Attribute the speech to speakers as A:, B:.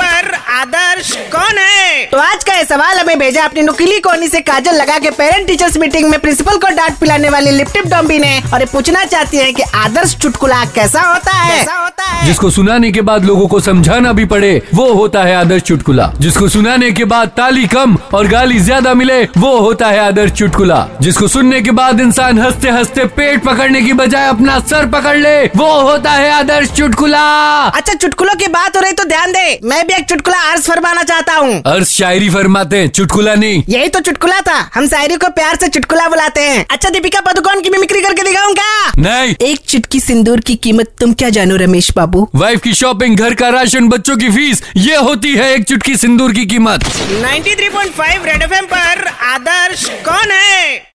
A: पर आदर्श कौन है
B: तो आज का ये सवाल हमें भेजा अपनी नुकीली कोनी से काजल लगा के पेरेंट टीचर्स मीटिंग में प्रिंसिपल को डांट पिलाने वाली लिपटिप डॉम्बी ने और ये पूछना चाहती है कि आदर्श चुटकुला कैसा होता है कैसा होता है
C: जिसको सुनाने के बाद लोगों को समझाना भी पड़े वो होता है आदर्श चुटकुला जिसको सुनाने के बाद ताली कम और गाली ज्यादा मिले वो होता है आदर्श चुटकुला जिसको सुनने के बाद इंसान हंसते हंसते पेट पकड़ने की बजाय अपना सर पकड़ ले वो होता है आदर्श चुटकुला
B: अच्छा चुटकुलों की बात हो रही तो ध्यान दे मैं भी एक चुटकुला अर्ज फरमाना चाहता हूँ
C: अर्ज शायरी फरमाते हैं चुटकुला नहीं
B: यही तो चुटकुला था हम शायरी को प्यार से चुटकुला बुलाते हैं अच्छा दीपिका पादुकोण की मिमिक्री करके दिखाऊं क्या
C: नहीं
B: एक चुटकी सिंदूर की कीमत तुम क्या जानो रमेश बाबू
C: वाइफ की शॉपिंग घर का राशन बच्चों की फीस ये होती है एक चुटकी सिंदूर की कीमत
A: 93.5 रेड एफएम पर आदर्श कौन है